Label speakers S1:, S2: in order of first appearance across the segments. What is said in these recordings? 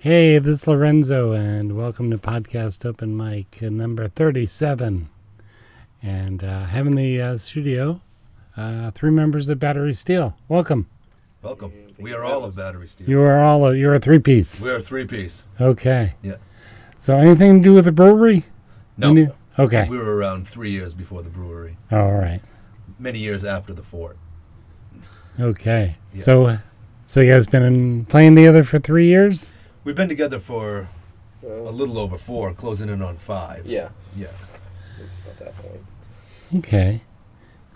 S1: Hey, this is Lorenzo, and welcome to Podcast Open Mic uh, number 37. And uh, having the uh, studio, uh, three members of Battery Steel. Welcome.
S2: Welcome. We are all of Battery Steel.
S1: You are all, a, you're a three piece.
S2: We are three piece.
S1: Okay.
S2: Yeah.
S1: So anything to do with the brewery?
S2: No,
S1: Any- Okay.
S2: we were around three years before the brewery,
S1: All right.
S2: many years after the fort.
S1: Okay.
S2: Yeah.
S1: So, uh, so you guys been in, playing together for three years?
S2: We've been together for a
S3: Well,
S2: little over four, closing in on five.
S3: yeah,
S2: Yeah.
S3: it's about that point.
S1: Okay.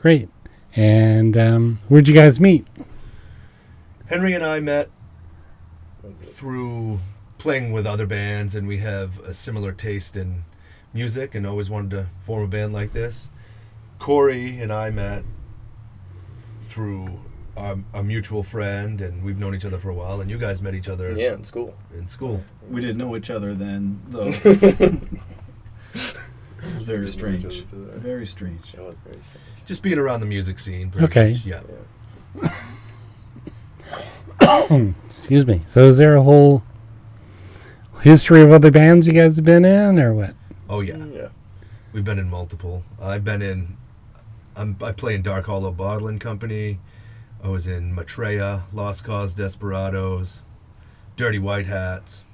S1: Great. And um, where'd you guys meet?
S2: Henry and I met
S3: What is it?
S2: through playing with other bands, and we have a similar taste in music, and always wanted to form a band like this. Corey and I met through our, a mutual friend, and we've known each other for a while. And you guys met each other
S3: Yeah, in school.
S2: in school.
S4: We didn't know each other then,
S3: Oh.
S4: though. it was very
S3: We didn't know each
S4: strange.
S3: other.
S4: Very strange.
S3: It was very strange.
S2: Just being around the music scene. pretty
S1: Okay.
S2: much, Yeah.
S1: Hmm, Excuse me. So is there a whole history of other bands you guys have been in or what?
S2: Oh yeah.
S3: Yeah.
S2: We've been in multiple. I've been in. I'm, I play in Dark Hollow Bottling Company. I was in Maitreya, Lost Cause, Desperados, Dirty White Hats.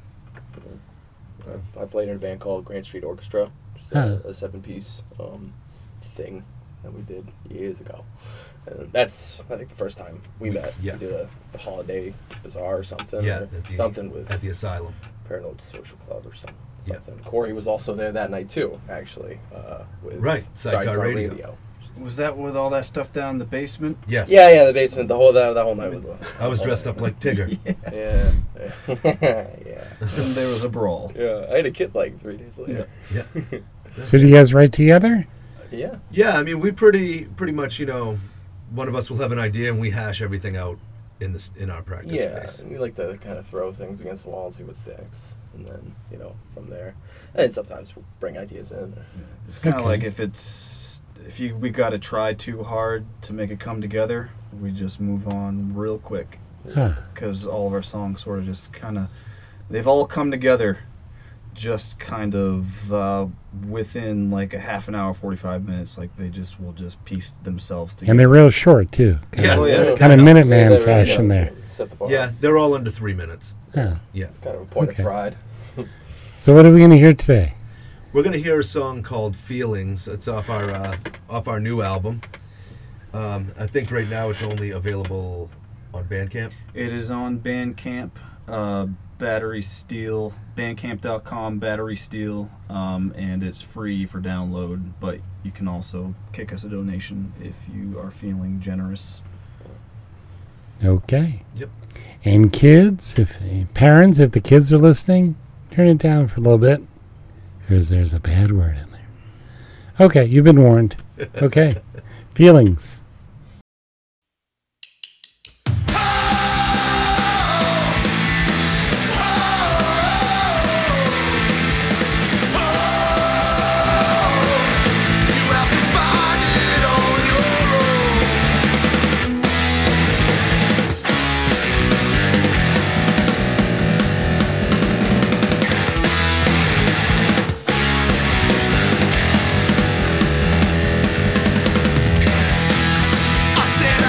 S3: I played in a band called Grand Street Orchestra, which is
S1: Huh.
S3: a, a seven-piece um, thing that we did years ago. And that's I think the first time we met.
S2: yeah.
S3: We did a, a holiday bazaar or something.
S2: Yeah,
S3: or
S2: at the-
S3: something with
S2: at the asylum.
S3: Paranoid Social Club or some,
S2: Yeah.
S3: something. Corey was also there that night too, actually. Uh, with
S2: Right, Sidecar Radio.
S3: which is-
S4: Was that with all that stuff down in the basement?
S2: Yes.
S3: Yeah, yeah, the basement. The whole that, that whole night was.
S2: I was dressed up like Tigger.
S3: Yeah. yeah.
S4: And there was a brawl.
S3: Yeah. I had a kid like three days later.
S2: Yeah.
S1: So do you guys write together?
S3: Yeah.
S2: Yeah. I mean, we pretty pretty much you know, one of us will have an idea and we hash everything out in this in our practice
S3: Yeah.
S2: space.
S3: and we like to kind of throw things against the wall and see what sticks. And then, you know, from there. And sometimes we'll bring ideas in.
S4: It's kind of
S1: Okay.
S4: like if it's if you we got to try too hard to make it come together, we just move on real quick
S1: Huh.
S4: because all of our songs sort of just kind of they've all come together just kind of uh, within like a half an hour 45 minutes like they just will just piece themselves together
S1: And they're real short too.
S2: Yeah.
S3: Oh, yeah.
S1: Kind of
S3: So there we
S1: Minuteman
S3: go,
S1: fashion there.
S3: Set the bar.
S2: Yeah. They're all under three minutes.
S1: Huh.
S3: It's kind of a point
S1: Okay.
S3: of pride.
S1: So what are we going to hear today?
S2: We're gonna hear a song called "Feelings." It's off our uh, off our new album. Um, I think right now it's only available on Bandcamp.
S4: It is on Bandcamp, uh, Battery Steel, bandcamp.com, Battery Steel, um, and it's free for download, but you can also kick us a donation if you are feeling generous.
S1: Okay.
S2: Yep.
S1: And kids, if eh, parents, if the kids are listening, turn it down for a little bit because there's a bad word in there. Okay, you've been warned. Okay. Feelings.
S5: Feelings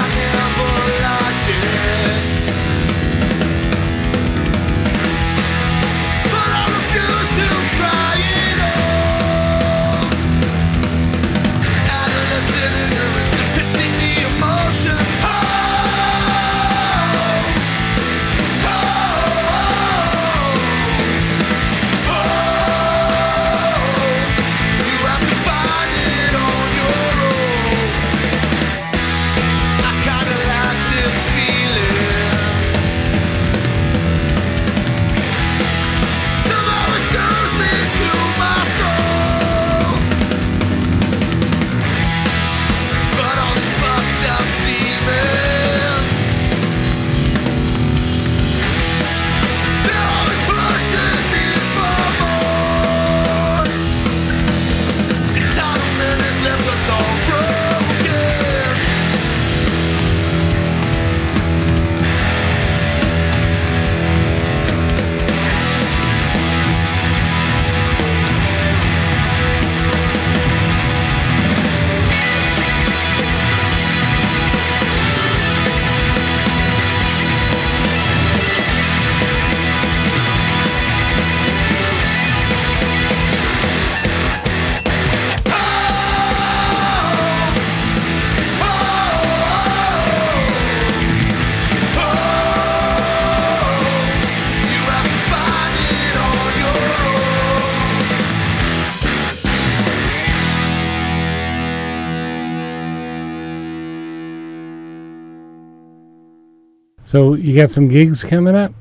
S1: So you got some gigs coming up?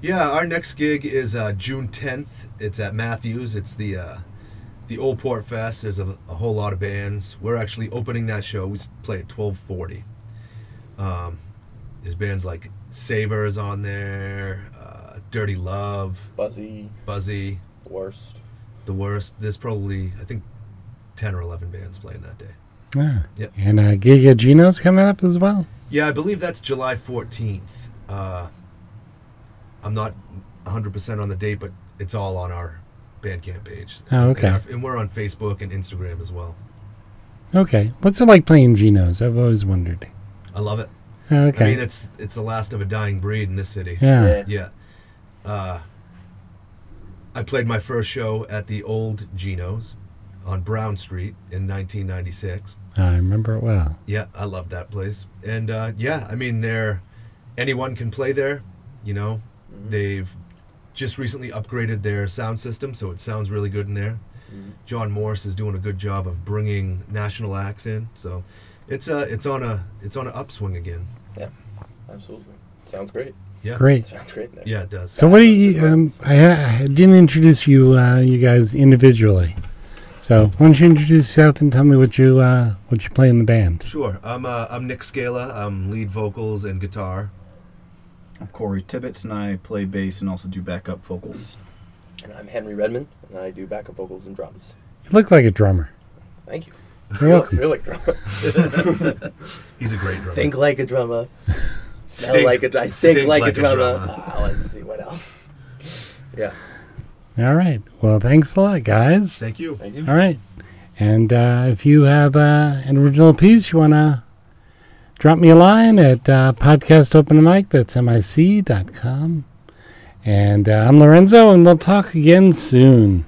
S2: Yeah, our next gig is uh, June 10th. It's at Matthews. It's the uh, the Old Port Fest. There's a, a whole lot of bands. We're actually opening that show. We s- play at 12:40. Um, there's bands like Savers on there, uh, Dirty Love,
S3: Buzzy,
S2: Buzzy,
S3: worst.
S2: The Worst. There's probably I think 10 or 11 bands playing that day.
S1: Ah.
S2: Yep.
S1: And uh, Giga Gino's coming up as well?
S2: Yeah, I believe that's July 14th. Uh, I'm not 100% on the date, but it's all on our Bandcamp page.
S1: Oh, okay.
S2: And, our- and we're on Facebook and Instagram as well.
S1: Okay. What's it like playing Gino's? I've always wondered. Oh,
S2: I love it.
S1: Okay.
S2: I mean, it's it's the last of a dying breed in this city.
S1: yeah.
S2: Yeah. Uh, I played my first show at the old Geno's on Brown Street in 1996.
S1: I remember it well.
S2: Yeah, I love that place. And uh, yeah, I mean, there anyone can play there. You know,
S3: Mhm.
S2: they've just recently upgraded their sound system, so it sounds really good in there.
S3: Mhm.
S2: John Morris is doing a good job of bringing national acts in, so it's uh, it's on a it's on an upswing again.
S3: Absolutely. Sounds great.
S2: Yeah,
S1: Great.
S3: Sounds great. Nick.
S2: Yeah, it does.
S1: So what do you? Um, I, ha- I didn't introduce you, uh, you guys individually. So why don't you introduce yourself and tell me what you uh, what you play in the band?
S2: Sure. I'm uh, I'm Nick Scala. I'm lead vocals and guitar.
S4: I'm Corey Tibbetts, and I play bass and also do backup vocals.
S3: And I'm Henry Redmond, and I do backup vocals and drums.
S1: You look like a drummer.
S3: Thank you.
S1: You're
S3: Feel-
S1: welcome.
S3: Feel like drummer.
S2: He's a great drummer.
S3: Think like a drummer. Smell
S2: Stink-
S3: like a drummer. Think
S2: stink
S3: like,
S2: like
S3: a
S2: a
S3: drummer.
S2: drummer.
S3: Ah, let's see what else. Yeah.
S1: All right. Well, thanks a lot, guys.
S2: Thank you.
S3: Thank you.
S1: All right. And uh, if you have uh, an original piece you want to drop me a line at uh, podcast open mic, that's mic.com. And uh, I'm Lorenzo, and we'll talk again soon.